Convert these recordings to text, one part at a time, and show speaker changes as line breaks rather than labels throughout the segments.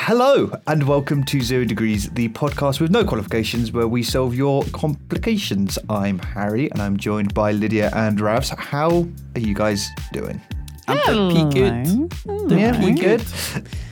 Hello, and welcome to Zero Degrees, the podcast with no qualifications where we solve your complications. I'm Harry, and I'm joined by Lydia and Ravs. How are you guys doing?
I'm pretty good.
Yeah,
Mm-hmm.
we good.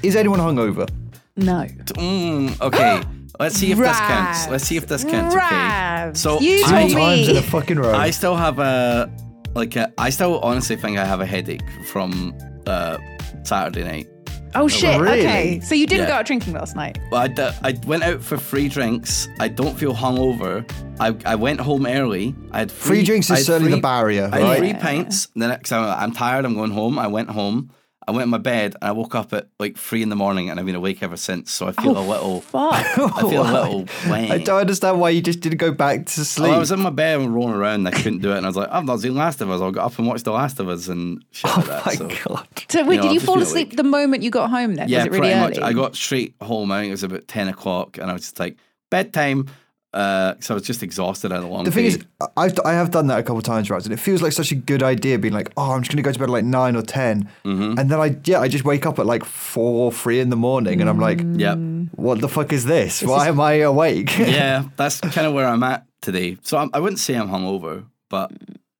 Is anyone hungover?
No.
Mm, okay. Let's see if this counts. Let's see if this counts. Okay.
Ravs,
So
you
I,
told
Times in a
me.
fucking row.
I still have a like a, I still honestly think I have a headache from uh, Saturday night.
Oh shit.
really?
Okay. So you didn't
Yeah.
go out drinking last night.
Well, I, d- I went out for free drinks. I don't feel hungover. I, I went home early. I had free,
Free drinks is
I had
certainly
free-
the barrier,
I had
right?
three pints. The next time I'm tired, I'm going home. I went home. I went in my bed and I woke up at like three in the morning and I've been awake ever since. So I feel a little.
Fuck.
I feel a little. Wang.
Oh, I don't understand why you just didn't go back to
Well,
sleep.
I was in my bed and rolling around and I couldn't do it. And I was like, I've not seen Last of Us. I got up and watched The Last of Us and shit like that.
Oh My
so.
God.
So wait,
No,
did
I've
you
just
fall
been
asleep
awake.
the moment you got home then?
Yeah,
was it really
pretty
early?
much. I got straight home. I think it was about 10 o'clock and I was just like, bedtime. Uh, so I was just exhausted at a long
The thing
day.
is, I've, I have done that a couple of times, right? And it feels like such a good idea being like, oh, I'm just going to go to bed at like nine or 10.
Mm-hmm.
And then I, yeah, I just wake up at like four, three in the morning and I'm like,
yeah.
Mm.
what the fuck is this? Why am I awake?
yeah, that's kind of where I'm at today. So I'm, I wouldn't say I'm hungover, but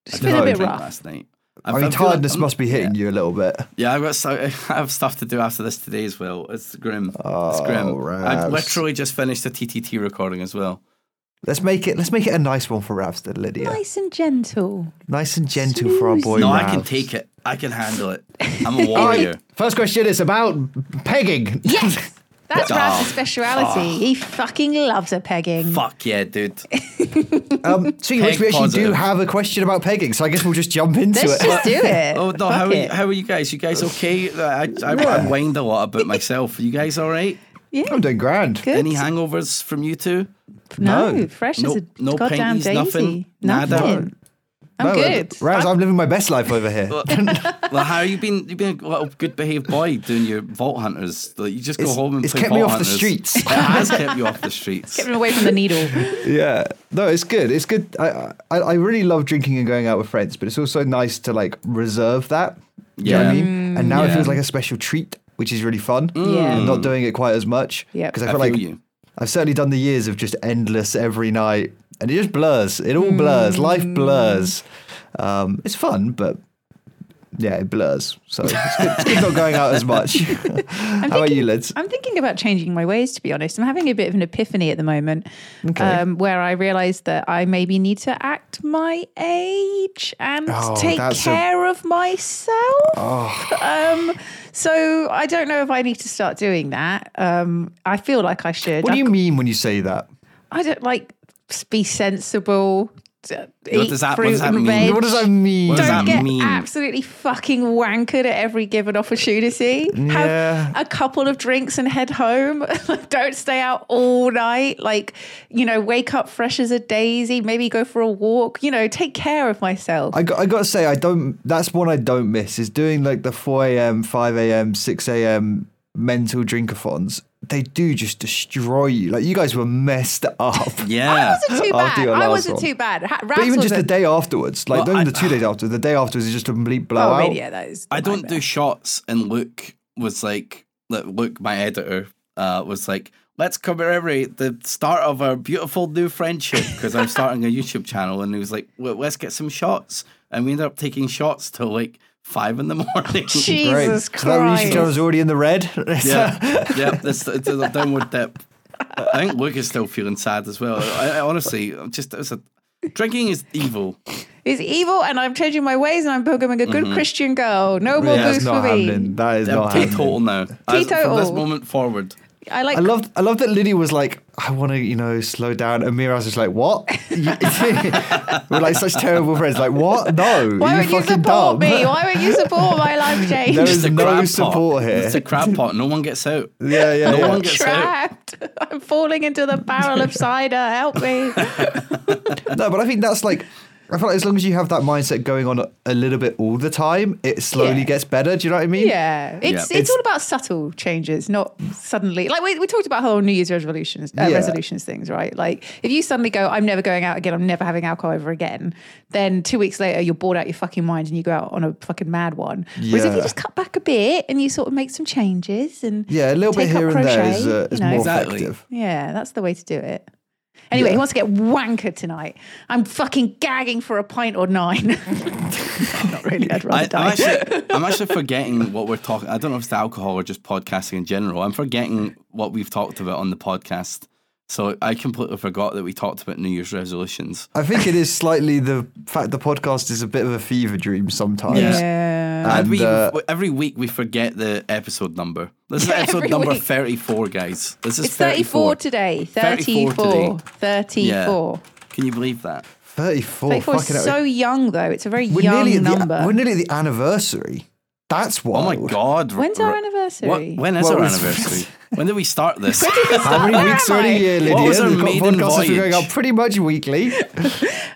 It's
I did
been a
have
bit
drink
rough.
last night.
I mean,
feel like
tiredness
I'm-
must be hitting you a little bit.
Yeah, I've got so, I have stuff to do after this today as well. It's grim. it's
Oh,
grim. I
Ravs.
literally just finished a TTT recording as well.
Let's make it. Let's make it a nice one for Ravs, then, Lydia. Nice,
Nice and gentle.
and gentle for our boy.
No, I
Ravs.
can take it. I can handle it. I'm a
All right,
warrior.
First question is about pegging.
Yes. That's
Oh.
Raz's speciality. He fucking loves a pegging.
Fuck yeah, dude.
um, speaking of which,
Peg
we actually do
positive.
have a question about pegging, so I guess we'll just jump into
Let's
it.
just do it.
Oh no,
Fuck
how are, you,
it.
how are you guys? You guys okay? I, I, I whined a lot about myself. Are you guys all right?
I'm doing grand.
Good.
Any hangovers from you two?
no,
No.
fresh
No-
as a
no
goddamn
pinkies,
daisy.
nothing,
Nothing.
nada.
I'm
No,
good.
Ravs, I'm living my best life over here.
Like, how you been? You've been a little good behaved boy doing your vault hunters. Like, you just go
It's-
home and
it's
play
kept me
Vault
off the
Hunters.
streets.
It has kept you off the streets.
Kept him away from the needle.
yeah no it's good it's good I, I i really love drinking and going out with friends but it's also nice to like reserve that Do you know what I
Yeah. Mm.
mean? and now it
Yeah.
feels like a special treat which is really fun
Mm. Yeah.
I'm not doing it quite as much
Yep.
because i
I
feel
feel
like
you.
i've certainly done the years of just endless every night and it just blurs it all blurs life
Mm.
blurs um it's fun but yeah, it blurs. So it's good, it's good not going out as much. How about you, Lids?
I'm thinking about changing my ways, to be honest. I'm having a bit of an epiphany at the moment um, where I realize that I maybe need to act my age and
Oh,
take
that's a- Oh.
care of myself. Um, so I don't know if I need to start doing that. Um, I feel like I should.
What do
I,
you mean when you say that?
I don't like be sensible. d-
What
eat
does that- what
fruit
does that
and
mean?
veg.
What does that mean?
What does
don't
that
get
mean?
absolutely fucking wankered at every given opportunity.
Yeah.
Have a couple of drinks and head home. don't stay out all night. Like, you know, wake up fresh as a daisy, maybe go for a walk, you know, take care of myself.
I got, I got to say, I don't. That's one I don't miss is doing like the four a.m., five a.m., six a.m. mental drinkathons. They do just destroy you. Like you guys were messed up.
Yeah.
wasn't too
I'll do
bad.
your
I
last
wasn't
one.
too bad. Ha-
But
Raz
even just the
wasn't.
day afterwards, like
Well,
not
I-
even the two days after, the day afterwards is just a complete
Oh,
blowout.
really? Yeah, that is.
I don't do shots. And Luke was like, like, Luke, my editor, uh, was like, let's commemorate the start of our beautiful new friendship because I'm starting a YouTube channel. And he was like, well, let's get some shots. And we ended up taking shots till like five in the morning.
Great.
Jesus
So that YouTube
Christ.
channel is already in the red.
yeah. yeah. That's, it's a downward dip. I think Luke is still feeling sad as well. I, I honestly, I'm just it was a, drinking is evil.
It's evil, and I'm changing my ways, and I'm becoming a good Christian girl. No more
Mm-hmm. That's
booze for
not
me.
happening. That is
I'm
not happening.
teetotal now. As- From this
Teetotal.
moment forward,
I like.
I loved, I loved that Liddy was like, I want to, you know, slow down. And Miraz was like, what? We're like such terrible friends. Like, what? No.
why
you
would you
fucking
support
dumb.
me? Why would you support my life change?
There
It's
is
a
no
crab pot.
support here.
It's a crab pot. No one gets out.
Yeah, yeah,
No
yeah.
one gets out.
trapped. I'm falling into the barrel of cider. Help me.
No, but I think that's like. I feel like as long as you have that mindset going on a- a little bit all the time, it slowly
Yeah.
gets better. Do you know what I mean?
Yeah. It's, it's
It's-
all about subtle changes, not suddenly. Like we, we talked about whole New Year's resolutions uh,
Yeah.
resolutions things, right? Like if you suddenly go, I'm never going out again, I'm never having alcohol ever again, then two weeks later you're bored out your fucking mind and you go out on a fucking mad one. Whereas if you
Yeah.
just cut back a bit and you sort of make some changes and
Yeah, a little bit
take up
here and there is,
crochet,
uh, is
you know.
more
Exactly.
effective.
Yeah, that's the way to do it. Anyway, he wants to get wanker tonight. I'm fucking gagging for a pint or nine. Not really. I'd rather
I,
die.
I'm, actually, I'm actually forgetting what we're talking. I don't know if it's alcohol or just podcasting in general. I'm forgetting what we've talked about on the podcast. So I completely forgot that we talked about New Year's resolutions.
I think it is slightly the fact the podcast is a bit of a fever dream sometimes.
yeah.
And,
And,
we,
uh,
every week we forget the episode number. This is episode
Every
number
week.
34, guys. This is
It's 34 today.
34
34.
today.
34.
Yeah. Oh, Can you believe that?
34.
34
fucking
is
hell.
so young, though. It's a very
we're
young
nearly at
number.
The, we're nearly at the anniversary. That's
Oh
wild.
my God.
When's our
Ro-
anniversary?
What, when is
What
our
was-
anniversary? when did we start this?
How many
Where
weeks
am
are in
I?
a year, Lydia?
What was our
We've got
maiden
podcasts that are going
voyage?
out pretty much weekly.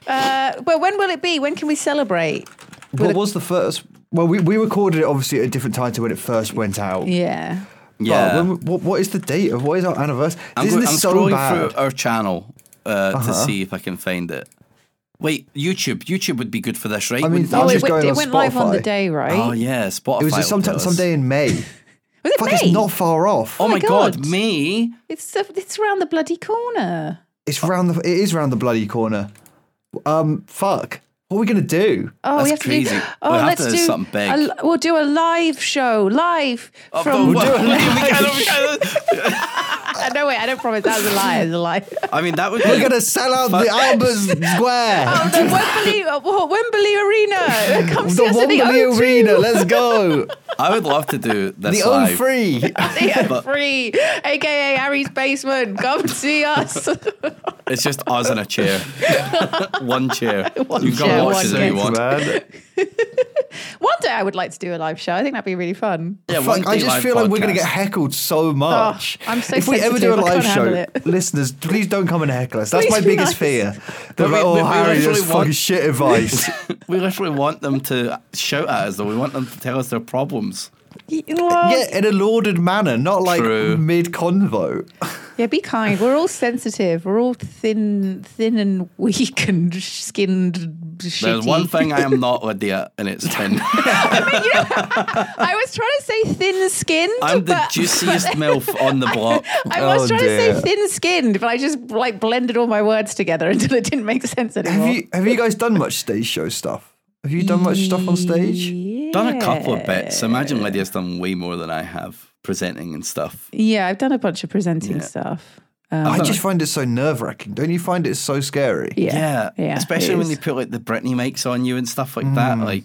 Uh, well, when will it be? When can we celebrate?
what was the first? Well, we, we recorded it obviously at a different time to when it first went out.
Yeah.
But
yeah.
when, what, what is the date of what is our anniversary?
I'm,
Isn't
go-
this
I'm
so
scrolling
bad? Uh-huh.
through our channel uh, to see if I can find it. Wait, YouTube. YouTube would be good for this, right?
I mean,
Wouldn't
I'm
it?
just
it,
going
Oh, it
on
went live on the
Spotify.
day, right?
oh yeah, Spotify.
it was
will
just sometime,
tell us.
someday in May.
Was it
Fuck,
May?
it's not far off.
Oh my
my
god,
God.
me!
It's, uh, it's around the bloody corner.
It's round the. It is round the bloody corner. Um, fuck. What are we gonna do?
Oh,
That's
we have
crazy.
to do. Oh,
We'll have
let's
to do
do
something big.
a li- we'll do a live show live
Oh,
from.
but- we can't- we can't-
no, wait, I don't promise. That was a lie. It was a lie.
I mean, that would
We're
be.
gonna sell out
Fuck.
the Albers Square.
Oh, the Wembley, uh, what, Wembley Arena. Come
the
see us at the
Wembley
O2.
Arena. Let's go.
I would love to do this
The
live.
O3.
Yeah, free, aka Harry's basement. Come see us.
It's just us in a chair, one chair.
One
You've got
chair,
watches
one
that you want.
man.
One day I would like to do a live show. I think that'd be really fun.
Yeah, one
Fuck, I
day
just
live
feel like we're going
podcast.
to get heckled so much.
Oh, I'm so
if we ever do a
sensitive, I
live
can't handle
show,
it.
listeners, please don't come and heckle us. That's
Please
my
be
biggest
nice.
fear.
But
They're
we-
like,
we-
oh,
we
Harry,
literally
that's fucking
want-
shit advice.
We literally want them to shout at us, though. We want them to tell us their problems.
Yeah.
yeah, in a lauded manner, not like
True.
mid convo.
yeah, be kind. We're all sensitive. We're all thin, thin and weak and skinned.
There's
shitty.
one thing I am not, Lydia, and it's thin.
I was trying to say thin skinned.
I'm the
but,
juiciest MILF on the block.
I was
Oh,
trying to
dear.
say thin skinned, but I just like blended all my words together until it didn't make sense anymore.
Have you have you guys done much stage show stuff? Have you done much stuff on stage?
Done a couple of bits. Imagine Lydia's done way more than I have presenting and stuff.
Yeah, I've done a bunch of presenting
Yeah.
stuff.
I just find it so nerve wracking. Don't you find it so scary?
Yeah.
Yeah. it
Especially when
is.
they put like the Britney mics on you and stuff like that. Like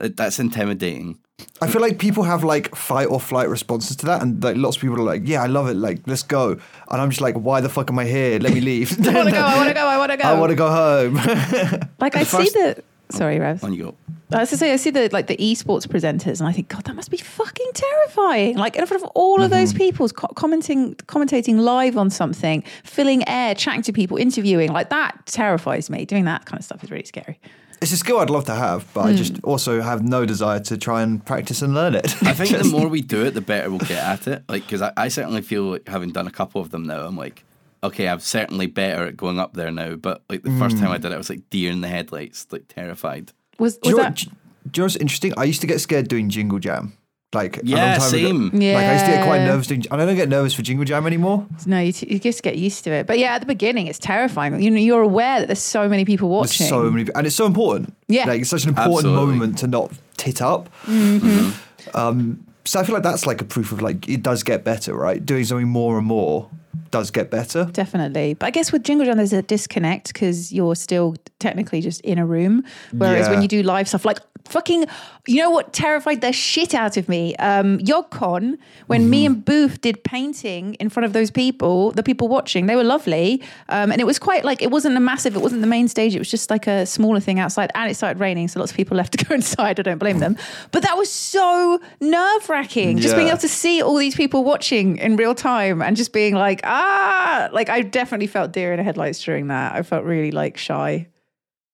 it- that's intimidating.
I feel like people have like fight or flight responses to that, and like lots of people are like, "Yeah, I love it. Like, let's go." And I'm just like, "Why the fuck am I here? Let me leave.
I want to go. I want to go. I want to go.
I want to go home."
Like I see
first-
the. Sorry, Revs.
On you go.
I was to say I see the like the esports presenters, and I think God, that must be fucking terrifying. Like in front of all of those people, co- commenting, commentating live on something, filling air, chatting to people, interviewing, like that terrifies me. Doing that kind of stuff is really scary.
it's a skill I'd love to have, but I
Hmm.
just also have no desire to try and practice and learn it.
I think the more we do it, the better we'll get at it. Like, because I, I certainly feel like having done a couple of them now, I'm like, okay, I'm certainly better at going up there now. But like the first time I did it, I was like deer in the headlights, like terrified.
Was,
do, you
was
know,
that?
what- do you know what's interesting? I used to get scared doing Jingle Jam. Like a
Yeah,
long time
same.
ago. Like I used to get quite
Yeah.
nervous doing, and I don't get nervous for Jingle Jam anymore.
No, you, t- you just get used to it. But yeah, at the beginning, it's terrifying. You know, you're aware that there's so many people
There's
watching.
so many, and it's so important.
Yeah.
like it's such an important
Absolutely.
moment to not tit up.
Mm-hmm.
Um, so I feel like that's like a proof of like it does get better, right? Doing something more and more does get better.
Definitely. But I guess with Jingle Jam, there's a disconnect because you're still technically just in a room. Whereas
Yeah.
when you do live stuff, like fucking, you know what terrified the shit out of me? Um, YogCon, when me and Booth did painting in front of those people, the people watching, they were lovely. Um, and it was quite like, it wasn't a massive, it wasn't the main stage. It was just like a smaller thing outside. And it started raining. So lots of people left to go inside. I don't blame them. But that was so nerve wracking. Just being
Yeah.
able to see all these people watching in real time and just being like, ah, like I definitely felt deer in the headlights during that. I felt really like shy.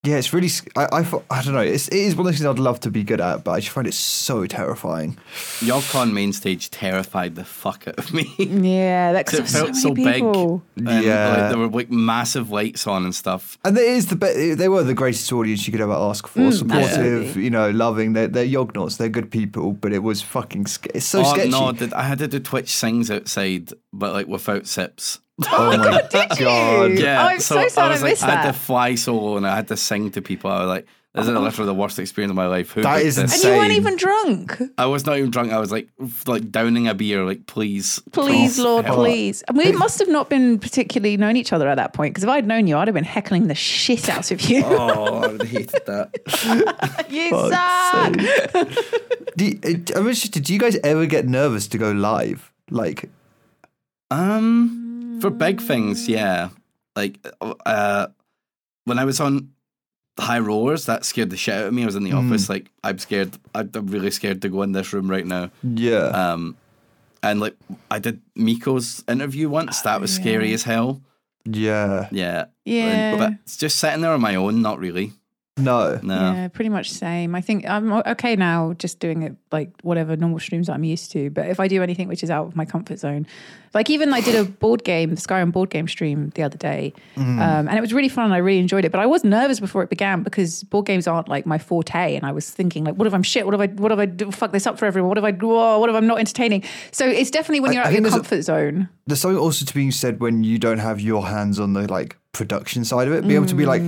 Yeah, it's really. sc- I I, fo- I don't know. It's, it is one of those things I'd love to be good at, but I just find it so terrifying.
Yorkon main stage terrified the fuck out of me.
Yeah, that
'Cause it felt
so
so,
many
big.
people.
And,
Yeah.
like, there were like massive lights on and stuff.
And it is the be- they were the greatest audience you could ever ask for. Supportive,
Mm, absolutely.
you know, loving. They're, they're yognauts. They're good people, but it was fucking. Sc- it's so
oh
sketchy.
no, did, I had to do Twitch sings outside, but like without sips.
oh my god!
Yeah,
Oh, I'm so sad I
was like,
missed
I had
that.
to fly solo and I had to sing to people. I was like, "This is literally the worst experience of my life." Who
That
picked
is
this?
And you weren't
Same.
even drunk.
I was not even drunk. I was like, f- like downing a beer. Like, please,
Please, Lord,
help."
please. And we must have not been particularly known each other at that point because if I'd known you, I'd have been heckling the shit out of you.
Oh, I would have hated that.
you
Fuck's
suck.
Do you- it- I'm interested. Do you guys ever get nervous to go live? Like,
Um, for big
Mm.
things, yeah. Like, uh, when I was on High Rollers, that scared the shit out of me. I was in the
Mm.
office, like, I'm scared. I'm I'm really scared to go in this room right now.
yeah,
Um, and like, I did Miko's interview once. That was scary as hell.
yeah,
Yeah.
Yeah.
And, but it's just sitting there on my own, not really.
no,
No.
Yeah, pretty much same. I think I'm o- okay now, just doing it like whatever normal streams I'm used to. But if I do anything which is out of my comfort zone, like even I did a board game, the Skyrim board game stream the other day,
Mm.
um, and it was really fun. and I really enjoyed it, but I was nervous before it began because board games aren't like my forte, and I was thinking like, what if I'm shit? What if I what if I do, fuck this up for everyone? What if I whoa, what if I'm not entertaining? So it's definitely when
I-
you're
I
out of
think
your
there's a-
comfort zone.
There's something also to be said when you don't have your hands on the like production side of it. Be able to be like,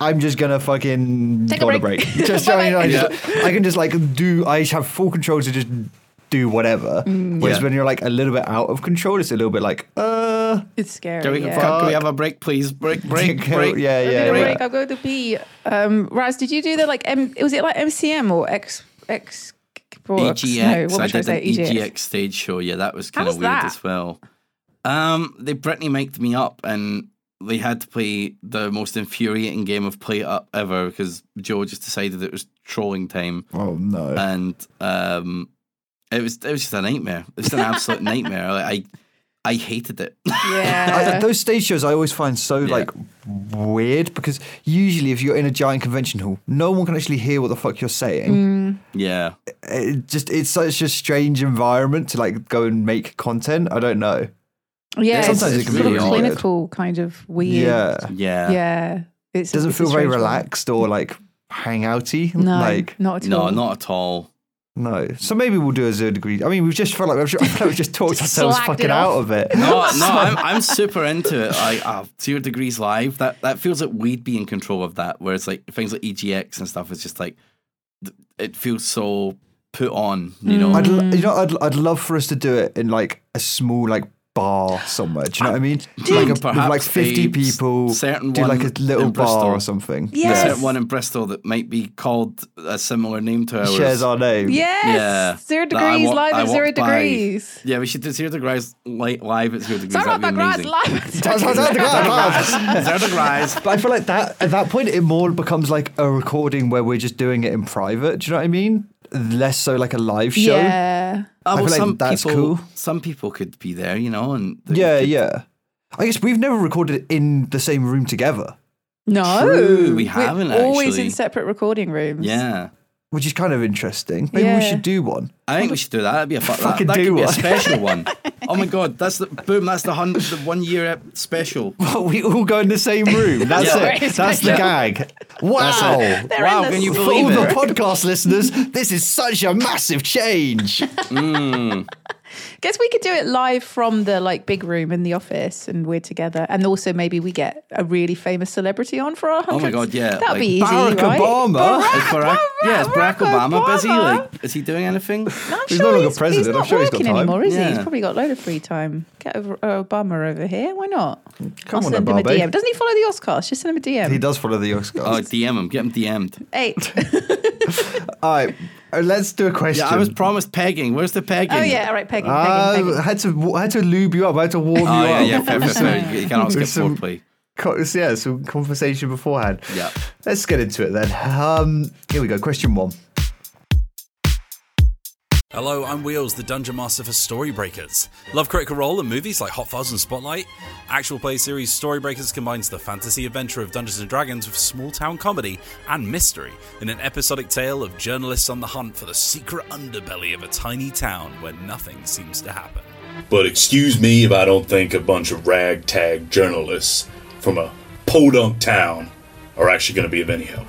I'm just gonna fucking
Mm. Take a
go on
break.
Just, I, mean, I,
Bye-bye.
just- I can just like do. I have full control to just do whatever.
Mm.
Whereas
Yeah.
when you're like a little bit out of control, it's a little bit like, uh,
It's scary.
Can we,
yeah.
can we have a break, please? Break, break,
go-
break.
yeah,
I need
yeah,
a
yeah.
break. I'll go to pee. Um, Raz, did you do the like? M- was it like MCM or X X? or X-
EGX.
No, what
E I
was I
did E an
say? E EGX.
EGX stage show. Yeah, that was
How
kind of
was
weird
that?
as well. Um, they Brittany mic'd me up, and they had to play the most infuriating game of play it up ever because Joe just decided it was trolling time,
oh no.
and um, it was it was just a nightmare. It was an absolute nightmare. Like, I I hated it.
I,
Yeah.
those stage shows I always find so like weird because usually if you're in a giant convention hall, no one can actually hear what the fuck you're
Mm.
saying.
yeah,
It just it's such a strange environment to like go and make content. I don't know.
yeah.
sometimes
it's
it can
sort
be
of
really
clinical, kind of weird.
Yeah,
yeah,
Yeah. It's
it doesn't
it's a
feel very
strange one.
relaxed or like hangouty.
No,
like
not at
No,
all.
not at all.
no. So maybe we'll do a zero degree. I mean, we've just felt like we've, I feel like we've just talked
Just
ourselves
slagged it
fucking
off.
out of it.
No, no, I'm, I'm super into it. Like uh, zero degrees live. That that feels like we'd be in control of that. Whereas like things like EGX and stuff is just like th- it feels so put on. You know,
Mm. I'd, l- you know, I'd, I'd love for us to do it in like a small like bar somewhere. Do you know what I mean? like with,
perhaps
like fifty
a
people,
certain
do
one
like a little
in
bar
Bristol.
or something.
There's
Yes.
certain one in Bristol that might be called a similar name to
that
ours.
shares our name.
Yes.
Yeah,
Zero
That I
degrees
wa-
live
I
at zero
walked by.
degrees.
Yeah, we should do zero degrees li- live at zero degrees.
Sorry
That'd
about
be
that, Raz.
amazing.
Live. at
That's-
zero
that's- that's-
degrees.
that's- that's-
Zero degrees. uh,
But I feel like that at that point it more becomes like a recording where we're just doing it in private. Do you know what I mean? Less so like a live show.
Yeah.
Oh,
feel
well,
like
some
that's
people,
cool.
Some people could be there, you know, and they
yeah,
could-
yeah. I guess we've never recorded in the same room together,
No.
True, we
We're
haven't
Always
actually.
in separate recording rooms.
yeah.
which is kind of interesting. Maybe we
Yeah.
should do one.
I think we should do that. That'd be a fu-
Fucking
that, that
do
could be a
one.
special one. Oh my god, that's the boom. That's the hundred, the one year ep- special.
we all go in the same room. That's
Yeah.
it. That's the gag. Wow.
wow,
the
can you
For all
believe
the
it?
podcast listeners, this is such a massive change.
Guess we could do it live from the like big room in the office, and we're together. And also maybe we get a really famous celebrity on for our
Oh
hundreds.
my god, yeah.
that'd be easy,
Barack
right?
Obama?
Is Barack, yeah, is Barack, Obama, busy? Like, is he doing anything?
I'm
He's
sure
no longer
he's,
president.
He's
I'm
not
sure he's got
working
time.
anymore, is he? He's
Yeah.
probably got a load of free time. Get over, uh, Obama over here. Why not?
Come
I'll
on,
send him
Obama.
a DM. Doesn't he follow the Oscars? Just send him a DM.
He does follow the Oscars.
Oh, DM him. Get him DM'd.
Eight.
All right, uh, let's do a question.
Yeah, I was promised pegging. Where's the pegging?
oh yeah, all right, Peggy.
Ah, I
Peggy, Peggy.
had to I had to lube you up. I had to warm you
Oh, yeah,
up.
yeah, fair, fair, fair. You cannot skip
With some-
foreplay.
Co- yeah, some conversation beforehand.
Yeah.
Let's get into it then. Um, here we go. Question one.
Hello, I'm Wheels, the Dungeon Master for Storybreakers. Love critical role and movies like Hot Fuzz and Spotlight. Actual play series Storybreakers combines the fantasy adventure of Dungeons and Dragons with small town comedy and mystery in an episodic tale of journalists on the hunt for the secret underbelly of a tiny town where nothing seems to happen.
But excuse me if I don't think a bunch of ragtag journalists from a podunk town are actually going to be of any help.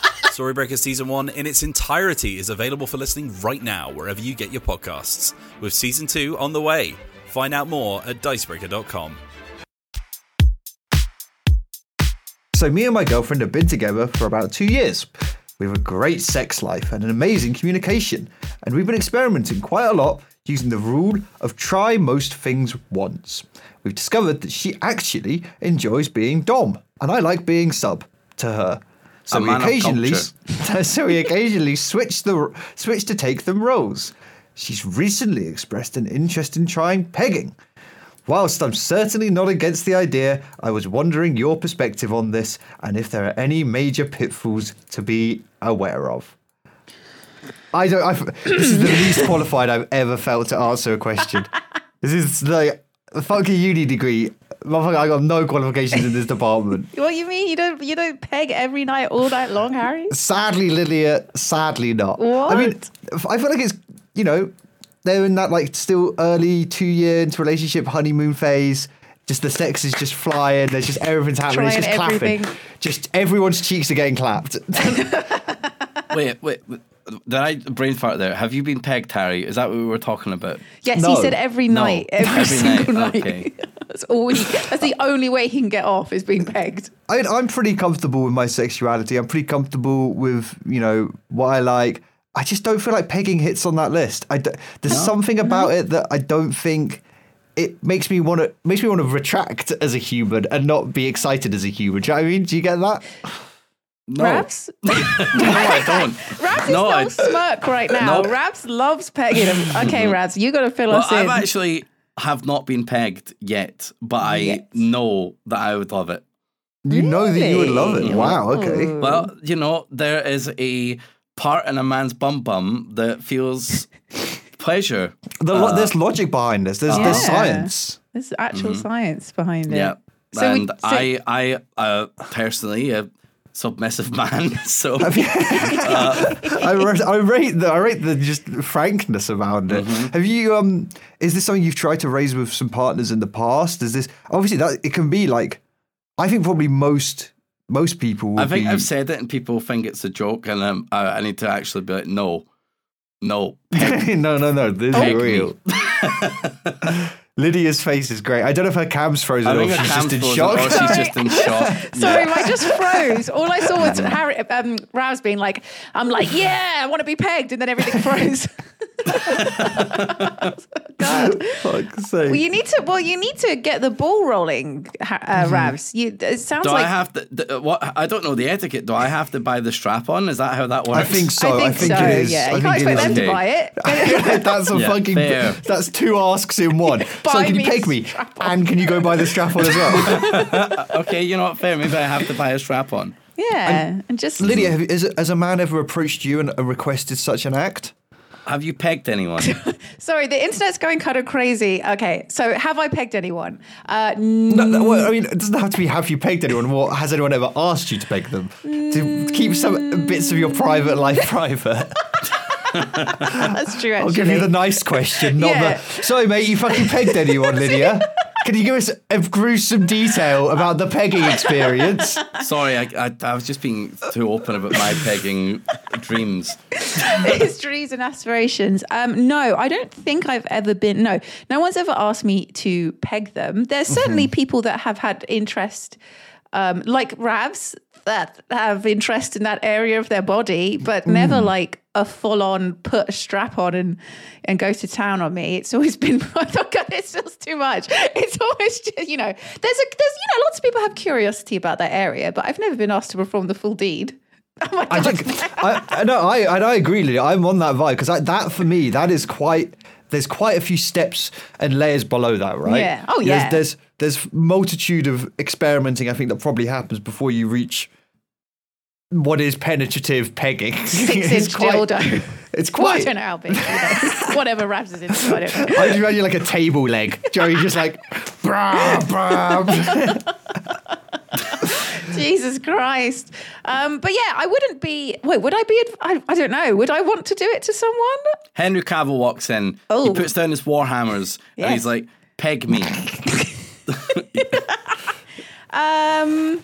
Storybreaker Season 1 in its entirety is available for listening right now wherever you get your podcasts, with Season 2 on the way. Find out more at dicebreaker.com.
So, me and my girlfriend have been together for about two years. We have a great sex life and an amazing communication, and we've been experimenting quite a lot using the rule of try most things once. We've discovered that she actually enjoys being Dom, and I like being sub to her. So
A
we
man of
occasionally
culture.
so we occasionally switch the switch to take them roles. She's recently expressed an interest in trying pegging. Whilst I'm certainly not against the idea, I was wondering your perspective on this and if there are any major pitfalls to be aware of. I don't. I've, this is the least qualified I've ever felt to answer a question. This is like fuck a uni degree. Motherfucker, I got no qualifications in this department.
What you mean? You don't you don't peg every night all night long, Harry?
Sadly, Lydia, sadly not.
What?
I mean, f- I feel like it's, you know, they're in that like still early two year into relationship honeymoon phase. Just the sex is just flying. There's just everything's happening. It's
Trying
just
everything.
clapping. Just everyone's cheeks are getting clapped.
Wait, wait. wait. Did I brain fart there? Have you been pegged, Harry? Is that what we were talking about?
Yes,
No.
he said every
No.
night, every,
Every
single night.
night, okay.
that's all. He, that's the only way he can get off is being pegged.
I mean, I'm pretty comfortable with my sexuality. I'm pretty comfortable with you know what I like. I just don't feel like pegging hits on that list. I d- there's something
Mm-hmm.
about it that I don't think it makes me want to makes me want to retract as a human and not be excited as a human. Do you know what I mean? Do you get that?
No,
Rabs,
no, I don't.
Rabs
No, I-
is no smirk right now.
No.
Rabs loves pegging him. Okay, Rabs, you got to fill
Well,
us
I've
in.
actually have not been pegged yet, but I
Yet.
know that I would love it.
You know that you would love it.
Really? Mm.
Wow. Okay.
Well, you know, there is a part in a man's bum bum that feels pleasure.
The lo- there's logic behind this. There's there's
Uh, Yeah.
science.
There's actual science behind it.
Yeah.
So we-
mm-hmm. and
so-
I, I uh, personally, a submissive man, so
I, re- I rate the I rate the just frankness around it.
Mm-hmm.
Have you um? Is this something you've tried to raise with some partners in the past? Is this obviously that it can be like? I think probably most most people. Would
I think
be,
I've said it and people think it's a joke, and um, I, I need to actually be like, no, no.
no, no, no. This
Peg
is
me.
real. Lydia's face is great. I don't know if her cam's frozen
I
or
think
if
her
she's just
cam's
in
frozen
shock.
Or Oh, she's just in shock.
Sorry, I just froze. All I saw was Harry, um, Rabs being like, "I'm like, yeah, I want to be pegged," and then everything froze.
Fuck's
Well,
sake.
you need to. Well, you need to get the ball rolling, Ha- uh, Ravs. You, it sounds
Mm-hmm. Do
like
I have to? d- uh, What I don't know the etiquette. Do I have to buy the strap on? Is that how that works?
I think so. I think,
so.
it is.
Yeah,
I
you
think
can't expect
it
them
is.
to
indeed.
buy it.
that's a
Yeah,
fucking.
fair.
That's two asks in one. so
Buy
can you
me a
peg me?
strap on.
And can you go buy the strap on as well?
Okay, you're not fair. Maybe I have to buy a strap on.
yeah, and, just
Lydia, have, you- has, has a man ever approached you and, and requested such an act?
Have you pegged anyone?
Sorry, the internet's going kind of crazy. Okay, so have I pegged anyone? Uh, n-
No, no, well, I mean, it doesn't have to be have you pegged anyone. What has anyone ever asked you to peg them? To keep some bits of your private life private.
that's true. Actually.
I'll give you the nice question, not
Yeah.
the. Sorry, mate, you fucking pegged anyone, Lydia. Can you give us a gruesome detail about the pegging experience?
Sorry, I, I, I was just being too open about my pegging dreams.
histories and aspirations. Um, no, I don't think I've ever been. No, no one's ever asked me to peg them. There's
Mm-hmm.
certainly people that have had interest, um, like Ravs, that have interest in that area of their body, but
Mm.
never like a full on put a strap on and and go to town on me. It's always been. I thought God, it's just too much. It's always just you know. There's a there's you know lots of people have curiosity about that area, but I've never been asked to perform the full deed. Oh my
I
God.
think I I- no, I and I agree, Lydia. I'm on that vibe because that for me that is quite. There's quite a few steps and layers below that, right?
Yeah. Oh,
There's-
yeah.
There's there's multitude of experimenting. I think that probably happens before you reach what is penetrative pegging.
Six
It's
inch
quite-
dildo.
It's
Well, I
quite.
don't know how big. you know, Whatever Ravs is into, I don't know.
I just imagine like a table leg. Joey just like, brah, brah.
Jesus Christ. Um, but yeah, I wouldn't be. Wait, would I be? adv- I, I don't know. Would I want to do it to someone?
Henry Cavill walks in. He
Oh.
puts down his war hammers
Yeah.
and he's like, "Peg me."
Um,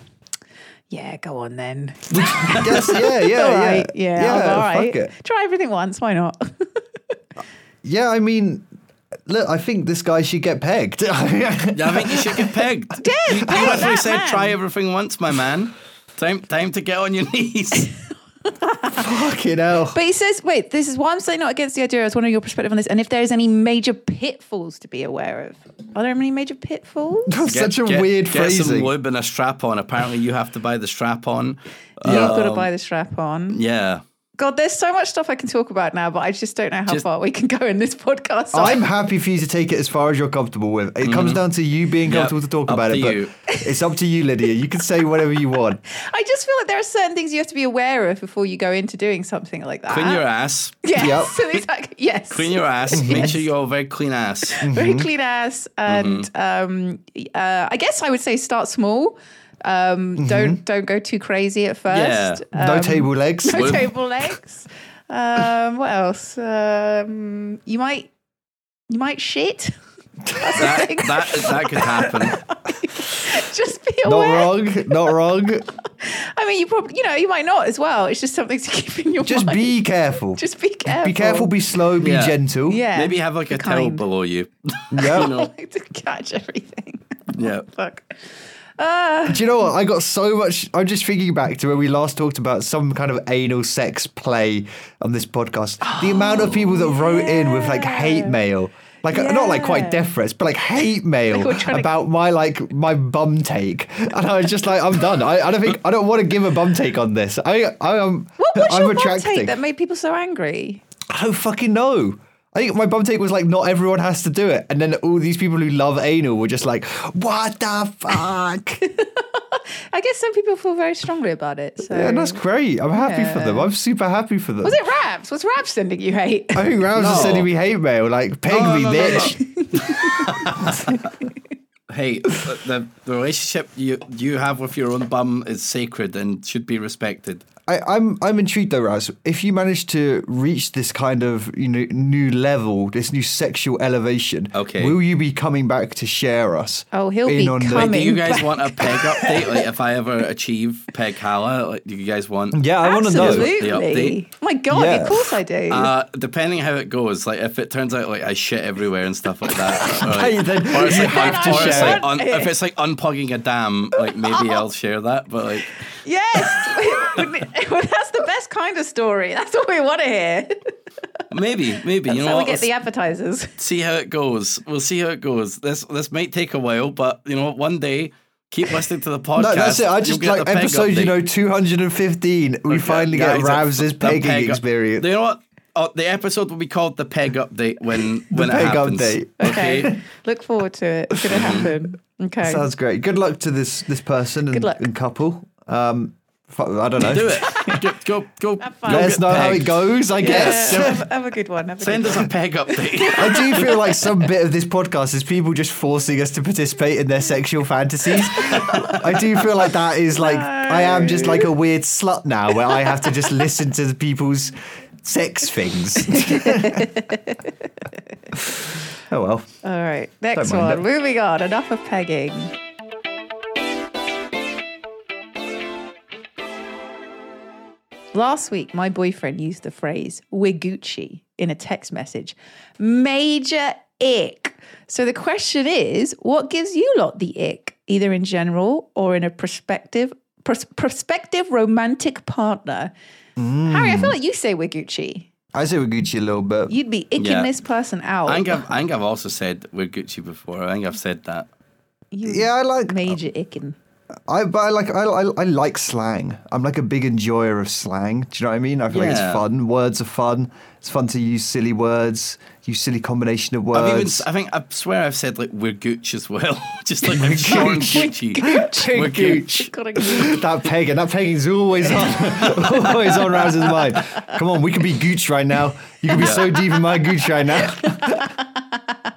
yeah, go on then.
Yes, yeah, yeah, yeah,
all right. Yeah,
yeah.
all
fuck
right.
it.
Try everything once. Why not?
Yeah, I mean, look, I think this guy should get pegged.
Yeah, I think you should get pegged.
Dead. You
You literally said,
man.
"Try everything once, my man." Time, time to get on your knees.
Fucking hell.
But he says, wait, this is why I'm saying not against the idea. I was wondering your perspective on this and if there's any major pitfalls to be aware of. Are there any major pitfalls?
That's
Get-
such a
get-
weird
get some
phrasing.
lube and a strap on. Apparently, you have to buy the strap on.
You've
Um,
got to buy the strap on.
Yeah.
God, there's so much stuff I can talk about now, but I just don't know how
Just-
far we can go in this podcast. So
I'm happy for you to take it as far as you're comfortable with. It comes down to you being
Yep,
comfortable to talk
Mm-hmm. up
about
to
it, but
you.
it's up to you, Lydia. You can say whatever you want.
I just feel like there are certain things you have to be aware of before you go into doing something like that.
Clean your ass.
Yes.
Yep.
So it's like- yes.
Clean your ass. Mm-hmm. Make sure you're a very clean ass.
Very clean ass. And
Mm-hmm.
um, uh, I guess I would say start small. Um,
Mm-hmm.
Don't don't go too crazy at first.
No table legs.
Um,
Lube.
table legs. Um, what else? Um, you might you might shit. That's a
That,
thing.
that that could happen.
just be
Not
aware.
wrong. Not wrong.
I mean, you probably, you know, you might not as well. It's just something to keep in your
Just
mind.
be careful.
just be careful.
Be careful, be slow, be
Yeah.
gentle.
yeah.
Maybe have like
Be
a towel
kind.
below you.
Yeah.
you know.
to catch everything.
Yeah.
Fuck. Uh,
Do you know what? I got so much. I'm just thinking back to when we last talked about some kind of anal sex play on this podcast. the amount of people that wrote in with like hate mail. Like uh, not like quite death threats, but like hate mail
we're trying to-
about my like my bum take, and I was just like, I'm done. I, I don't think I don't want to give a bum take on this. I I am
what was
I'm
your bum
retracting.
take that made people so angry?
I don't fucking know. I think my bum take was like, not everyone has to do it, and then all these people who love anal were just like, what the fuck.
I guess some people feel very strongly about it. So.
Yeah, and that's great. I'm happy for them.
Yeah.
I'm super happy for them.
Was it Raps? Was Raps sending you hate?
I think Rouse is
No.
sending me hate mail, like, peg
No,
me,
no, no, no.
bitch.
Hey, uh, the, the relationship you you have with your own bum is sacred and should be respected.
I, I'm I'm intrigued though, Rouse. If you manage to reach this kind of you know new level, this new sexual elevation,
Okay.
will you be coming back to share us?
Oh, he'll be coming.
Do you guys
back.
want a peg update? Like, if I ever achieve peg hala, like, do you guys want?
Yeah, I want to know.
The
Absolutely.
update.
My God,
Yeah.
of course I do.
Uh, depending how it goes, like if it turns out like I shit everywhere and stuff like that, or, like,
Then
or it's
you
like,
have to
or it's
share
like
it.
un- if it's like unplugging a dam, like maybe I'll share that. But like,
yes. well, that's the best kind of story. That's what we want to hear.
maybe, maybe you know
So we
what?
get
Let's
the advertisers.
see how it goes. We'll see how it goes. This this might take a while, but you know, what? one day. Keep listening to the podcast.
No, that's it. I
You'll
just
get
like
the peg
episode, you
update.
know, 215. We finally
Yeah,
get
it's a-
Rav's
the
pegging
peg up-
experience.
You know what? Oh, the episode will be called the peg update when when
peg
it happens.
update.
Okay. Mm-hmm.
Look forward to it. It's going to happen. Okay.
Sounds great. Good luck to this this person and,
Good luck.
and couple. Um, Fu- I don't know.
Do it. Go, go, go. go
Let us
get
know how it
pegged.
goes, I guess.
Yeah, have, have a good one. Have a
Send
good
us a peg update.
I do feel like some bit of this podcast is people just forcing us to participate in their sexual fantasies. I do feel like that is like I am just like a weird slut now where I have to just listen to the people's sex things. oh well.
one. All right, next
Don't mind
one. Moving on. Enough of pegging. Last week, my boyfriend used the phrase "we're Gucci" in a text message. Major ick. So the question is, what gives you lot the ick, either in general or in a prospective pros- prospective romantic partner? Harry, I feel like you say we're Gucci.
I say we're Gucci a little bit.
You'd be icking
Yeah.
this person out.
I think, I've, I think I've also said we're Gucci before. I think I've said that.
You
yeah, I like um,
major icking.
I but I like I, I, I like slang. I'm like a big enjoyer of slang. Do you know what I mean? I feel like
Yeah.
it's fun. Words are fun. It's fun to use silly words, use silly combination of
I've even,
words.
I think I swear I've said like we're Gucci as well. Just like we're short Gucci. We're Gucci.
that pegging, that pegging's always on, always on Rams's mind. Come on, we could be Gooch right now. You could be so deep in my Gooch right now.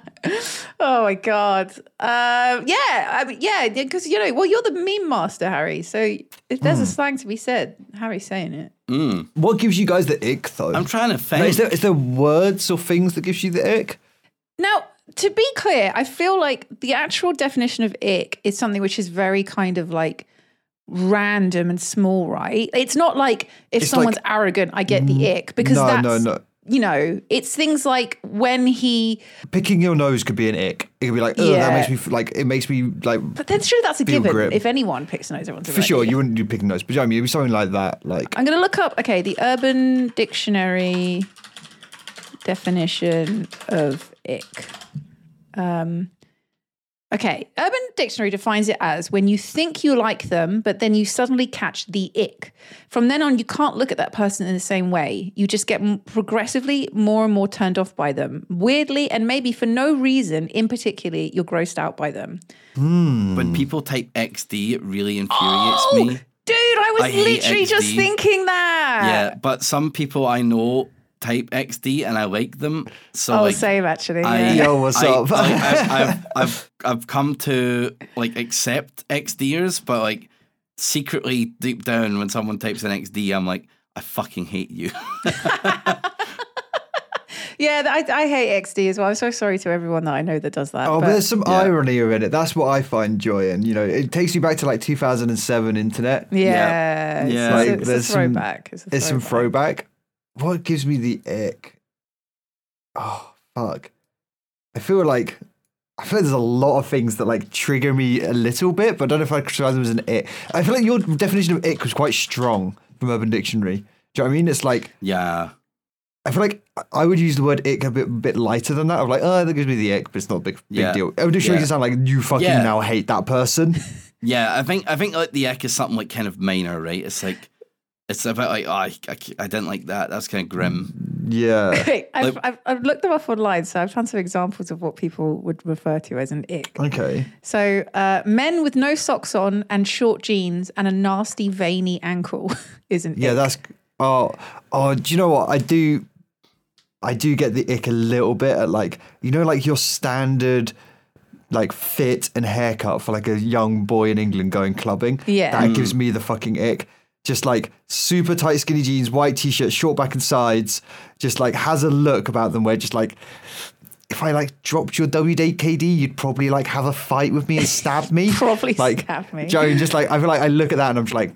Oh my god. Um, yeah, I mean, yeah, because you know, well, you're the meme master, Harry. So if there's
Hmm.
a slang to be said, Harry's saying it.
What gives you guys the ick though?
I'm trying to
Like,
think.
Is there, is there words or things that gives you the ick?
Now, to be clear, I feel like the actual definition of ick is something which is very kind of like random and small, right? It's not like if
It's like- Mm,
someone's arrogant, I get the ick because
No,
that's
no, no.
you know, it's things like when he.
Picking your nose could be an ick. It could be like, oh, that
Yeah.
makes me f- like it makes me like
But then, sure, that's a
Feel
given.
grip.
If anyone picks a nose, everyone's a
for
red.
sure you wouldn't do picking nose, but you know what I mean, it'd be something like that. Like
I'm going to look up, okay, the Urban Dictionary definition of ick. Um, okay, Urban Dictionary defines it as when you think you like them, but then you suddenly catch the ick. From then on, you can't look at that person in the same way. You just get m- progressively more and more turned off by them. Weirdly, and maybe for no reason in particular, you're grossed out by them.
Hmm.
when people type XD, it really infuriates
Oh!
me.
Oh, Dude, I was
I hate
literally just
XD.
thinking that.
Yeah, but some people I know type XD and I like them. So
Oh,
like,
same actually.
I,
yeah.
Yo, what's
I-
up?
like, I've, I've, I've, I've come to like accept XDers, but like secretly deep down, when someone types an XD, I'm like, I fucking hate you.
Yeah, th- I, I hate XD as well. I'm so sorry to everyone that I know that does that.
Oh, but,
but-
there's some irony in it. That's what I find joy in. You know, it takes you back to like 2007 internet.
yeah, it's-
Yeah.
Like,
It's, a, it's a
there's some-
throwback. it's a
There's some
throwback.
throwback. What gives me the ick? Oh fuck! I feel like I feel like there's a lot of things that like trigger me a little bit, but I don't know if I classify them as an ick. I feel like your definition of ick was quite strong from Urban Dictionary. Do you know what I mean? It's like
yeah.
I feel like I would use the word ick a bit bit lighter than that. I'm like, oh, that gives me the ick, but it's not a big, big
Yeah.
deal. Urban Dictionary
Yeah.
can sound like you fucking
Yeah.
now hate that person.
Yeah, I think I think like the ick is something like kind of minor, right? It's like it's about like oh, I, I, I didn't like that. That's kind of grim.
yeah.
Okay, I've,
Like-
I've, I've looked them up online, so I've found some examples of what people would refer to as an ick.
Okay.
So, uh, men with no socks on and short jeans and a nasty veiny ankle is an
Yeah,
ick.
that's oh oh. Do you know what I do? I do get the ick a little bit at like you know like your standard like fit and haircut for like a young boy in England going clubbing.
Yeah.
that gives me the fucking ick. Just like super tight skinny jeans, white t-shirt, short back and sides. Just like has a look about them where just like. If I like dropped your WDKD, you'd probably like have a fight with me and stab me.
Probably
like,
stab me.
Joan, just like I feel like I look at that and I'm just like,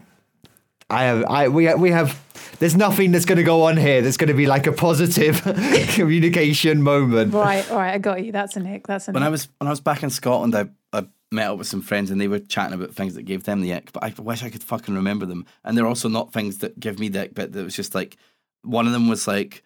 I have, I we have, we have. There's nothing that's going to go on here. That's going to be like a positive communication moment.
right. All right, I got you. That's an ick. That's an
When I
ick.
was when I was back in Scotland, I, I met up with some friends and they were chatting about things that gave them the ick. But I wish I could fucking remember them. And they're also not things that give me the ick. But that was just like one of them was like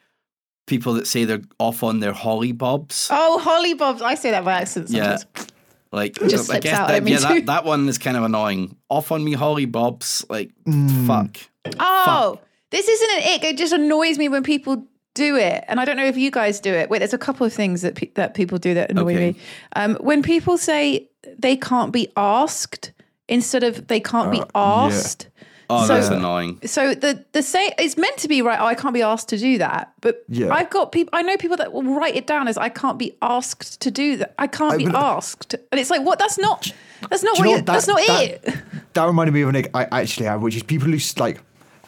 people that say they're off on their holly bobs.
oh, holly bobs. I say that by accident
Yeah.
sometimes.
Like
just
I
slips
guess
out at
that,
me
yeah,
too.
that, that one is kind of annoying. Off on me holly bobs. Like
Mm.
fuck.
Oh, this isn't an ick. It just annoys me when people do it, and I don't know if you guys do it. Wait, there's a couple of things that pe- that people do that annoy
Okay.
me. Um, when people
Uh,
say they can't be asked instead of they can't be asked.
Oh,
So-
that's annoying.
So the the say it's meant to be right. Oh, I can't be asked to do that. But
Yeah.
I've got people. I know people that will write it down as I can't be asked to do that. I can't
I
be
would-
asked. And it's like what? That's not. That's not
Do
what.
you know
you
what?
that's not
that,
it.
That reminded me of an I actually have, which is people who s- like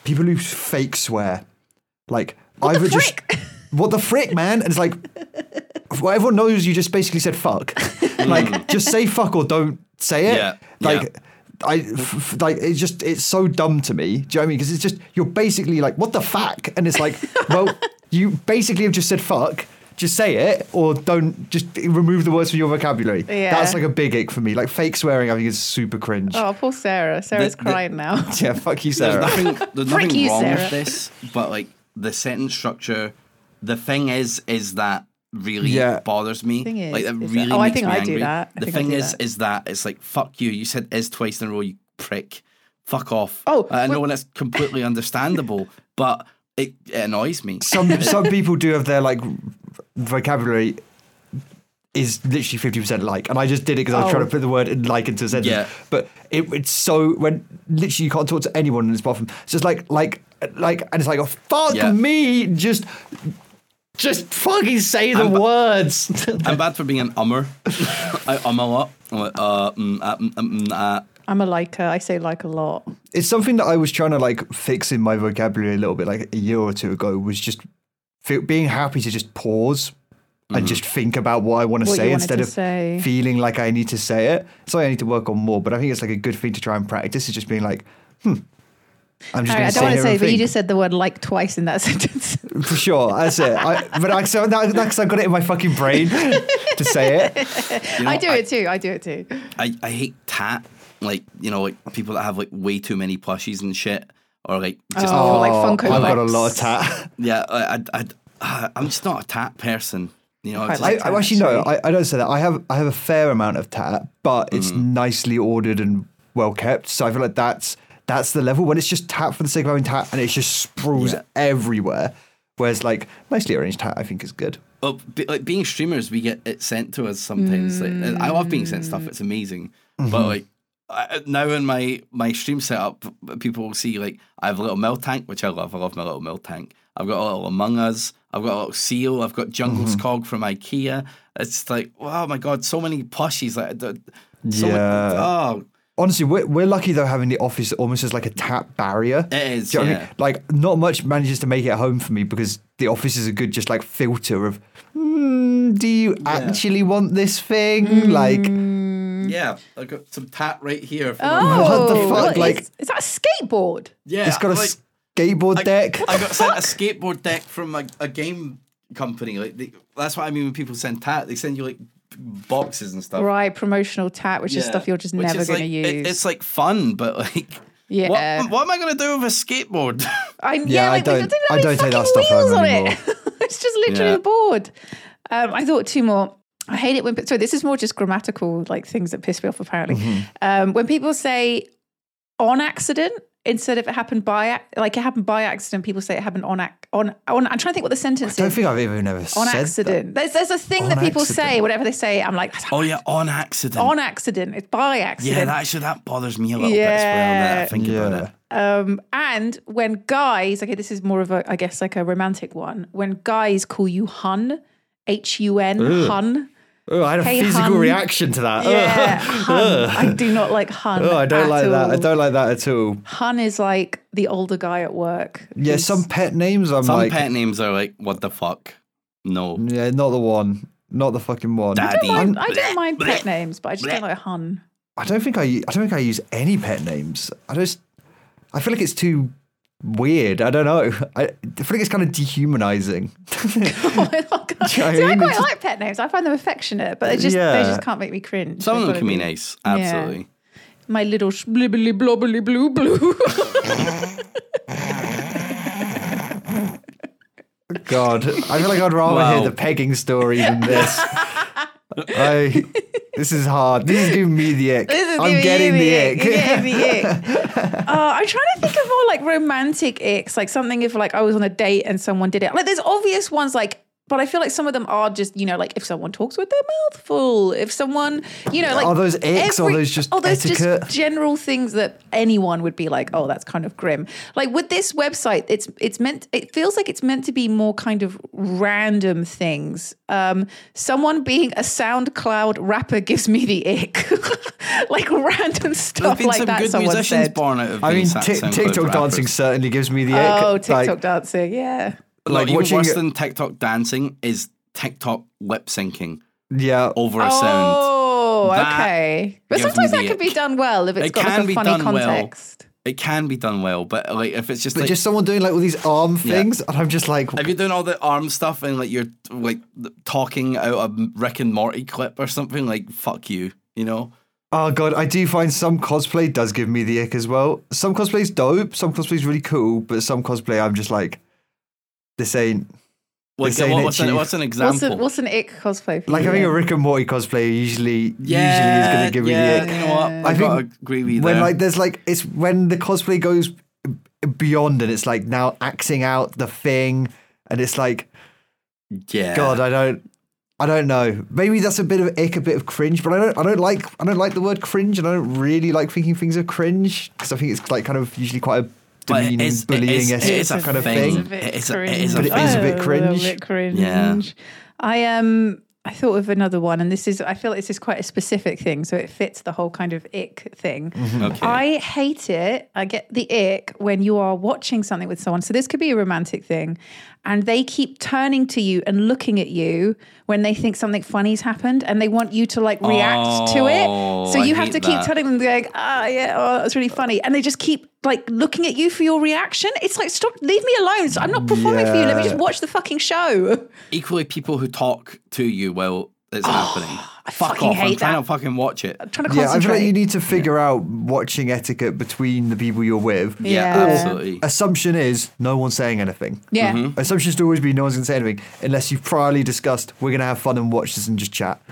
people who fake swear. Like I
the
would
frick?
just what the frick, man? And it's like well, everyone knows you just basically said fuck. like just say fuck or don't say it.
Yeah,
Like.
yeah.
I f- f- like it's just it's so dumb to me. Do you know what I mean? Because it's just you're basically like what the fuck, and it's like well you basically have just said fuck. Just say it or don't. Just remove the words from your vocabulary.
Yeah.
That's like a big ick for me. Like fake swearing, I think is super cringe.
Oh, poor Sarah. Sarah's crying now.
Yeah, fuck you,
There's
Sarah.
nothing, there's
Frick
nothing
you,
wrong
Sarah.
with this, but like the sentence structure, the thing is, is that really
Yeah.
bothers me.
Thing is,
like that
is that-
really
oh, I
makes
think
me
I do
angry.
that. I
The
think I
thing
do
is,
that.
is that it's like fuck you. You said is twice in a row. You prick. Fuck off. Uh,
Oh,
I know
well-
that's completely understandable, but it, it annoys me.
some some people do have their like vocabulary is literally fifty percent like, and I just did it because I was
Oh.
trying to put the word in like into a sentence.
Yeah.
But it, it's so when literally you can't talk to anyone in this bathroom. It's just like like like, and it's like oh, fuck
Yeah.
me, just just fucking say the
I'm-
words.
I'm bad for being an ummer. I um a lot. I'm like, uh, mm, uh, mm, mm, mm, uh.
I'm a liker. I say like a lot.
it's something that I was trying to like fix in my vocabulary a little bit, like a year or two ago, was just fe- being happy to just pause and just think about what I want to
What you
say
wanted
instead
to
of
say.
feeling like I need to say it. So I need to work on more, but I think it's like a good thing to try and practice. Is just being like, hmm, I'm just going
Harry, I
to
don't
sit
want
here
to say,
and
but you
think.
just said the word like twice in that sentence.
for sure. That's it. I, but I, so that, that's 'cause I got it in my fucking brain to say it.
You know,
I do it too. I do it too.
I, I hate tat. Like, you know, like people that have like way too many plushies and shit. Or like just
Oh, like Funko
I've got a
Pops.
lot of tat.
Yeah, I, I, I, I'm just not a tat person. You know,
Quite
it's
I,
like,
like
I actually no, I, I don't say that. I have I have a fair amount of tat, but it's
Mm.
nicely ordered and well kept. So I feel like that's that's the level when it's just tat for the sake of having tat, and it's just sprawls
Yeah.
everywhere. Whereas like nicely arranged tat, I think is good.
well, Oh, be, like being streamers, we get it sent to us sometimes. Like, and I love being sent stuff; it's amazing.
Mm-hmm.
But like I, now in my my stream setup, people will see like I have a little milk tank, which I love. I love my little milk tank. I've got a little Among Us. I've got a little seal. I've got Jungle's
Mm-hmm.
Cog from IKEA. It's like, oh my god, so many plushies. Like, the- so many-
Yeah.
oh,
Honestly, we're, we're lucky though having the office almost as like a tat barrier.
It is,
Do you know what I
yeah.
mean? Like not much manages to make it home for me because the office is a good just like filter of. "Hmm, do you actually want this thing? Like,
Mm, yeah, I've got some tat right here. From
Oh,
the fuck,
what is-
like-
is, that a skateboard?
yeah,
it's got a
like-
skateboard
I-
deck.
I got sent a skateboard deck from a, a game company. Like they, that's what I mean when people send tat. They send you like boxes and stuff.
Right, promotional tat, which is
Oh. Yeah.
stuff you're just
Which
never
is,
going
like,
to
it-
use.
it's like fun, but like,
Yeah.
What, what am I gonna do with a skateboard?
I, yeah,
I
like, we
don't-
didn't have
I
any
don't take that
fucking
stuff
wheels
home
on
anymore.
it. it's just literally
Yeah.
bored. Um, I thought two more. I hate it when. So this is more just grammatical, like things that piss me off. Apparently,
Mm-hmm.
um, when people say on accident instead of it happened by ac- like it happened by accident, people say it happened on ac- on on. I'm trying to think what the sentence
don't
is.
think I've even ever said
on
that.
accident. There's there's a thing
On
that people say
accident.
whenever they say. I'm like
oh yeah, on accident.
on accident. It's by accident.
yeah, that actually that bothers me a little bit. As well, now that
Yeah.
I think about
Yeah.
it.
Um, and when guys, okay, this is more of a, I guess, like a romantic one. When guys call you hun, H U N, hun.
Oh, I had a
Hey,
physical
hun.
reaction to that.
Yeah, hun. I do not like hun.
Oh, I don't
at
like that. I
all.
don't like that at all.
Hun is like the older guy at work.
Yeah,
who's-
some pet names I'm
Some
like,
pet names are like, what the fuck? No.
yeah, not the one, not the fucking one.
I don't Daddy.
I
mind-
I'm-
I don't mind pet names, but I just don't like hun.
I don't think I, I don't think I use any pet names. I just, I feel like it's too weird. I don't know. I, I feel like it's kind of dehumanizing.
Oh my God. See,
I
I,
mean,
quite
it's-
like pet names. I find them affectionate, but they just
Yeah.
they just can't make me cringe.
Some of
They've
them
gotta
can be
be-
nice. Absolutely.
My little sh- blibbly blobbly blue blue.
God, I feel like I'd rather
Wow.
hear the pegging story than this. I, this is hard. This is giving me the ick.
This is
I'm
giving
getting
you
the
ick.
ick.
You're getting the ick. Uh, I'm trying to think of more like romantic icks, like something if like I was on a date and someone did it. Like there's obvious ones like But I feel like some of them are just, you know, like if someone talks with their mouth full, if someone, you know, like
Are those icks? Are
every-
those just
are those just
etiquette?
general things that anyone would be like, oh, that's kind of grim. Like with this website, it's it's meant it feels like it's meant to be more kind of random things. Um, someone being a SoundCloud rapper gives me the ick. like random
There's
stuff
been
like
some
that.
good
someone
musicians
said.
born out of
I mean,
these
Tik
SoundCloud
TikTok dancing
rappers.
certainly gives me the ick.
Oh, TikTok
Like,
dancing, yeah.
like
Like even
watching-
worse than TikTok dancing is TikTok lip syncing
yeah.
over a sound.
Oh,
That
okay. But
gives me
sometimes that
the
can be
ick.
done well if it's
It
got
can
like
be
a funny
done well.
context.
It can be done well, but like if it's just
But
like
just someone doing like all these arm
Yeah.
things, and I'm just like,
if you're doing all the arm stuff and like you're like talking out a Rick and Morty clip or something, like fuck you, you know.
oh god, I do find some cosplay does give me the ick as well. Some cosplay's dope, some cosplay's really cool, but some cosplay I'm just like, this ain't
Like
saying
what,
it,
what's, an,
Chief.
what's an
What's,
example?
an what's an ick cosplay for
like
you?
having a Rick and Morty cosplay. Usually, usually is going to give me
yeah,
the ick.
You know what? I,
I
gotta
think
agree with you
when
there.
like there's like it's when the cosplay goes b- beyond and it's like now acting out the thing and it's like
yeah.
god i don't i don't know maybe that's a bit of ick a bit of cringe but i don't i don't like i don't like the word cringe and i don't really like thinking things are cringe because i think it's like kind of usually quite a
But it
demeaning
is- it
bullying
is-
esque
it is a
kind of
thing.
thing
It is a- it is a
But it is a bit cringe.
cringe.
Yeah.
I um I thought of another one, and this is I feel like this is quite a specific thing, so it fits the whole kind of ick thing.
Mm-hmm. Okay.
I hate it. I get the ick when you are watching something with someone. So this could be a romantic thing, and they keep turning to you and looking at you when they think something funny's happened, and they want you to like react to it. So
Oh, I
you have
hate
to keep
that.
turning and going, ah, yeah, oh, that's really funny, and they just keep like looking at you for your reaction. It's like stop, leave me alone. It's- I'm not performing for you. Let me just
Yeah.
watch the fucking show.
Equally, people who talk to you while it's happening. Fuck
fucking
off! I'm
hate
trying
that.
to fucking watch it.
trying to
yeah i feel
concentrate.
like you need to figure out watching etiquette between the people you're with
Yeah,
Yeah.
absolutely. Mm-hmm.
assumption is no one's saying anything
yeah.
Assumption should always be no one's going to say anything unless you've priorly discussed we're going to have fun and watch this and just chat.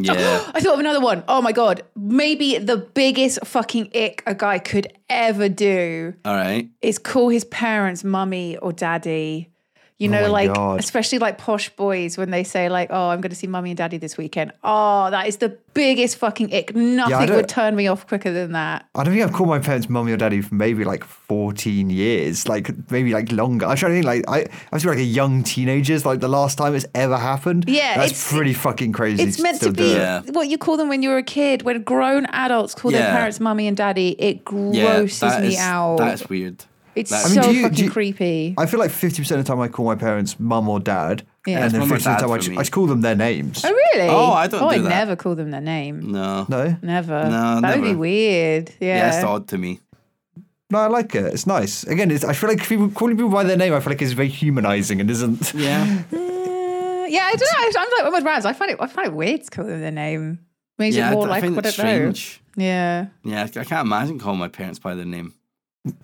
Yeah.
I thought of another one. Oh my god! Maybe the biggest fucking ick a guy could ever do
All right.
is call his parents mummy or daddy. You know,
Oh my
like
God.
especially like posh boys when they say like, "Oh, I'm going to see mummy and daddy this weekend." Oh, that is the biggest fucking ick. Nothing
don't-
would turn me off quicker than that.
I don't think I've called my parents mummy or daddy for maybe like 14 years, like maybe like longer. I'm trying to think like I, I was like a young teenager's like the last time it's ever happened.
Yeah,
that's
it's-
pretty fucking crazy.
It's meant to
still do
be
it.
Yeah.
what you call them when you were a kid. When grown adults call their
Yeah.
parents mummy and daddy, it
Yeah.
grosses
that
me
is-
out.
That's weird.
it's
that- I
mean,
so
do you- do
fucking
you-
creepy.
I feel like 50% of the time I call my parents mum or dad.
Yeah.
and
That's
then
mum
50%
or
of the
dad
time I
for
just, I
me.
just call them their names.
Oh really?
Oh, I don't
Oh,
do
I
that.
never call them their name.
No.
No?
Never.
No,
that would be
never.
weird. Yeah.
Yeah, it's odd to me.
No, I like it. It's nice. Again, it's, I feel like people, calling people by their name, I feel like it's very humanizing and isn't.
Yeah.
Uh, yeah, I don't know. I'm like I'm with Raz. I find it. I find it weird to call them their name. Makes
yeah.
it more
I,
like
find
what
it
I don't know.
strange.
Yeah.
Yeah, I I can't imagine calling my parents by their name.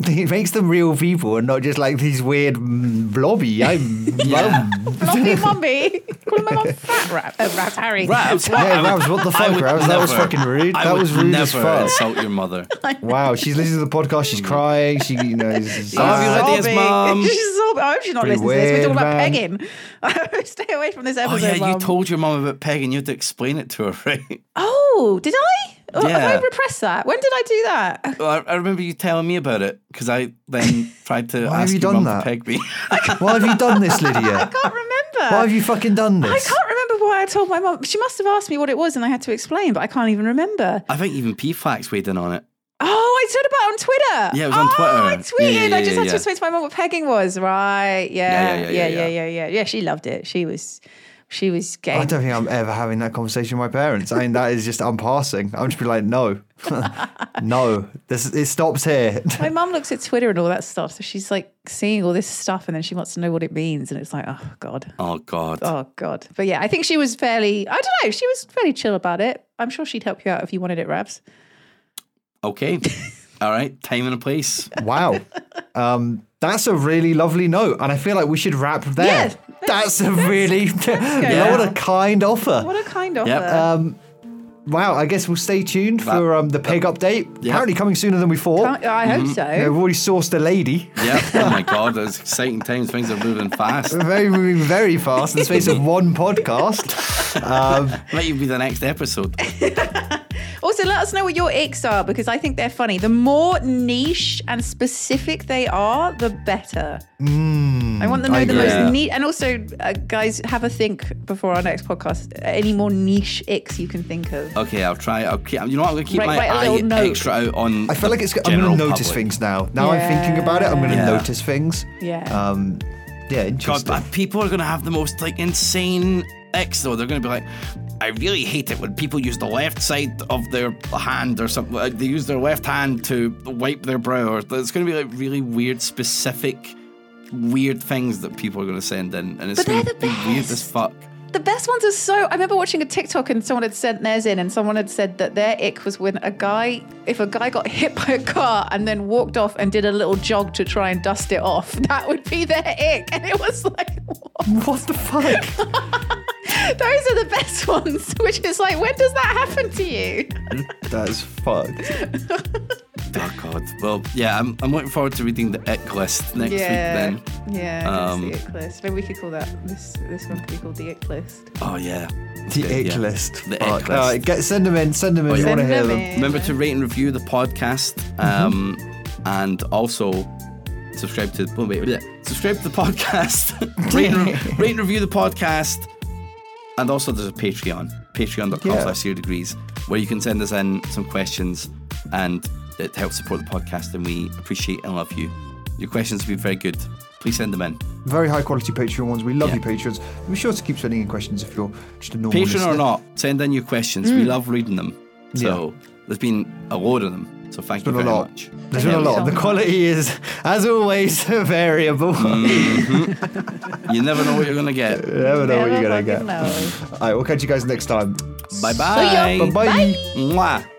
It makes them real people and not just like these weird mm, blobby. I'm
Yeah.
mum.
Lumpy mummy. Call my mum fat rat. Uh, rat Harry.
Raps, what?
Yeah,
I would-
Rabs, what the
I
fuck,
would
Rabs? That was
never-
fucking rude.
I
that
would
was rude
never
as fuck.
insult your mother.
Wow, she's listening to the podcast. She's crying. She, you know, is-
I love you,
Ah,
Lydia's
Sobbing.
mum.
She's sobbing. I hope she's not
Pretty
listening to this. We're talking
weird,
about pegging. Stay away from this
Oh
episode.
yeah, you
Mum.
told your mum about Peg and you had to explain it to her, right?
Oh, did I? Oh,
Yeah.
Have I repressed that? When did I do that?
Well, I, I remember you telling me about it because I then tried to
Why have
ask
you
your
done
mum to
that?
peg me.
Why have you done this, Lydia?
I can't remember.
Why have you fucking done
I
this?
can't remember why I told my mum. She must have asked me what it was, and I had to explain, but I can't even remember.
I think even PFAX weighed in on it.
Oh, I said about it on Twitter.
Yeah, it was
oh,
on
I
Twitter. Yeah,
tweeted.
yeah, yeah,
I just had
yeah.
to explain to my mum what pegging was. Right? Yeah. Yeah. Yeah. Yeah. Yeah. Yeah. Yeah. She loved it. She was. She was gay.
I don't think I'm ever having that conversation with my parents. I mean, that is just, I'm passing. I'm just be like, no, no, this it stops here.
My mum looks at Twitter and all that stuff, so she's like seeing all this stuff, and then she wants to know what it means, and it's like, oh god,
Oh god.
oh god. But yeah, I think she was fairly. I don't know. She was fairly chill about it. I'm sure she'd help you out if you wanted it, Rabs.
Okay. All right. Time and a place.
Wow. Um, that's a really lovely note, and I feel like we should wrap there.
Yeah.
That's a really
go
what a kind offer.
What a kind offer.
Yep.
Um, Wow, I guess we'll stay tuned for um, the peg update. Apparently coming sooner than we thought.
I, I hope so.
They've already sourced a lady.
Yeah. Oh my god, it's exciting times. Things are moving fast.
Very, moving very fast in the space of one podcast. Um,
Might even be the next episode.
Also, let us know what your icks are because I think they're funny. The more niche and specific they are, the better. I want to know
I
the
agree.
Yeah.
most niche. And also, uh, guys, have a think before our next podcast. Any more niche icks you can think of?
Okay, I'll try. I'll keep. You know what? I'm gonna keep
Write-
my
write a
eye
little note.
extra out on.
I feel like it's.
the
I'm
general
going to notice
public.
things now. Now I'm thinking about it. I'm going to
Yeah.
notice things.
Yeah.
Um, yeah.
God,
Interesting.
but people are gonna have the most like insane X though. They're gonna be like, I really hate it when people use the left side of their hand or something. Like they use their left hand to wipe their brow. Or it's gonna be like really weird, specific, weird things that people are gonna send in, and it's
But they're
gonna
the
be weird as
best.
fuck.
The best ones are so. I remember watching a TikTok and someone had sent theirs in, and someone had said that their ick was when a guy, if a guy got hit by a car and then walked off and did a little jog to try and dust it off, that would be their ick. And it was like, what?
what the fuck?
Those are the best ones, which is like, when does that happen to you?
That's fucked.
Oh god. Well, yeah, I'm, I'm looking forward to reading the ick list next
yeah.
week. Then.
Yeah, that's
Um,
the ick list. Maybe we could call that this this one could be called the ick list.
Oh yeah.
The
Okay,
ick
yeah.
list.
The
Fuck.
ick list.
All right, get, send them in. Send them in. we
yeah.
want to
Send
hear
them
them.
in.
Remember to rate and review the podcast, um, and also subscribe to oh, wait, bleh. subscribe to the podcast, rate, and, rate and review the podcast, and also there's a Patreon, patreon.com
Yeah.
slash zero degrees, where you can send us in some questions, and it helps support the podcast, and we appreciate and love you. Your questions have been very good. Please send them in.
Very high quality Patreon ones. We love
Yeah.
you, patrons. Be sure to keep sending in questions if you're just a normal
Patron or
listener.
not, send in your questions.
Hmm.
We love reading them. So there's been a load of them. So thank you
There's been
very
a lot.
much.
There's been a lot. The quality is, as always, variable.
Mm. You never know what you're gonna get.
You never know what
Never
you're gonna get.
fucking know.
All right, we'll catch you guys next time.
Bye bye.
Bye.
Mwah.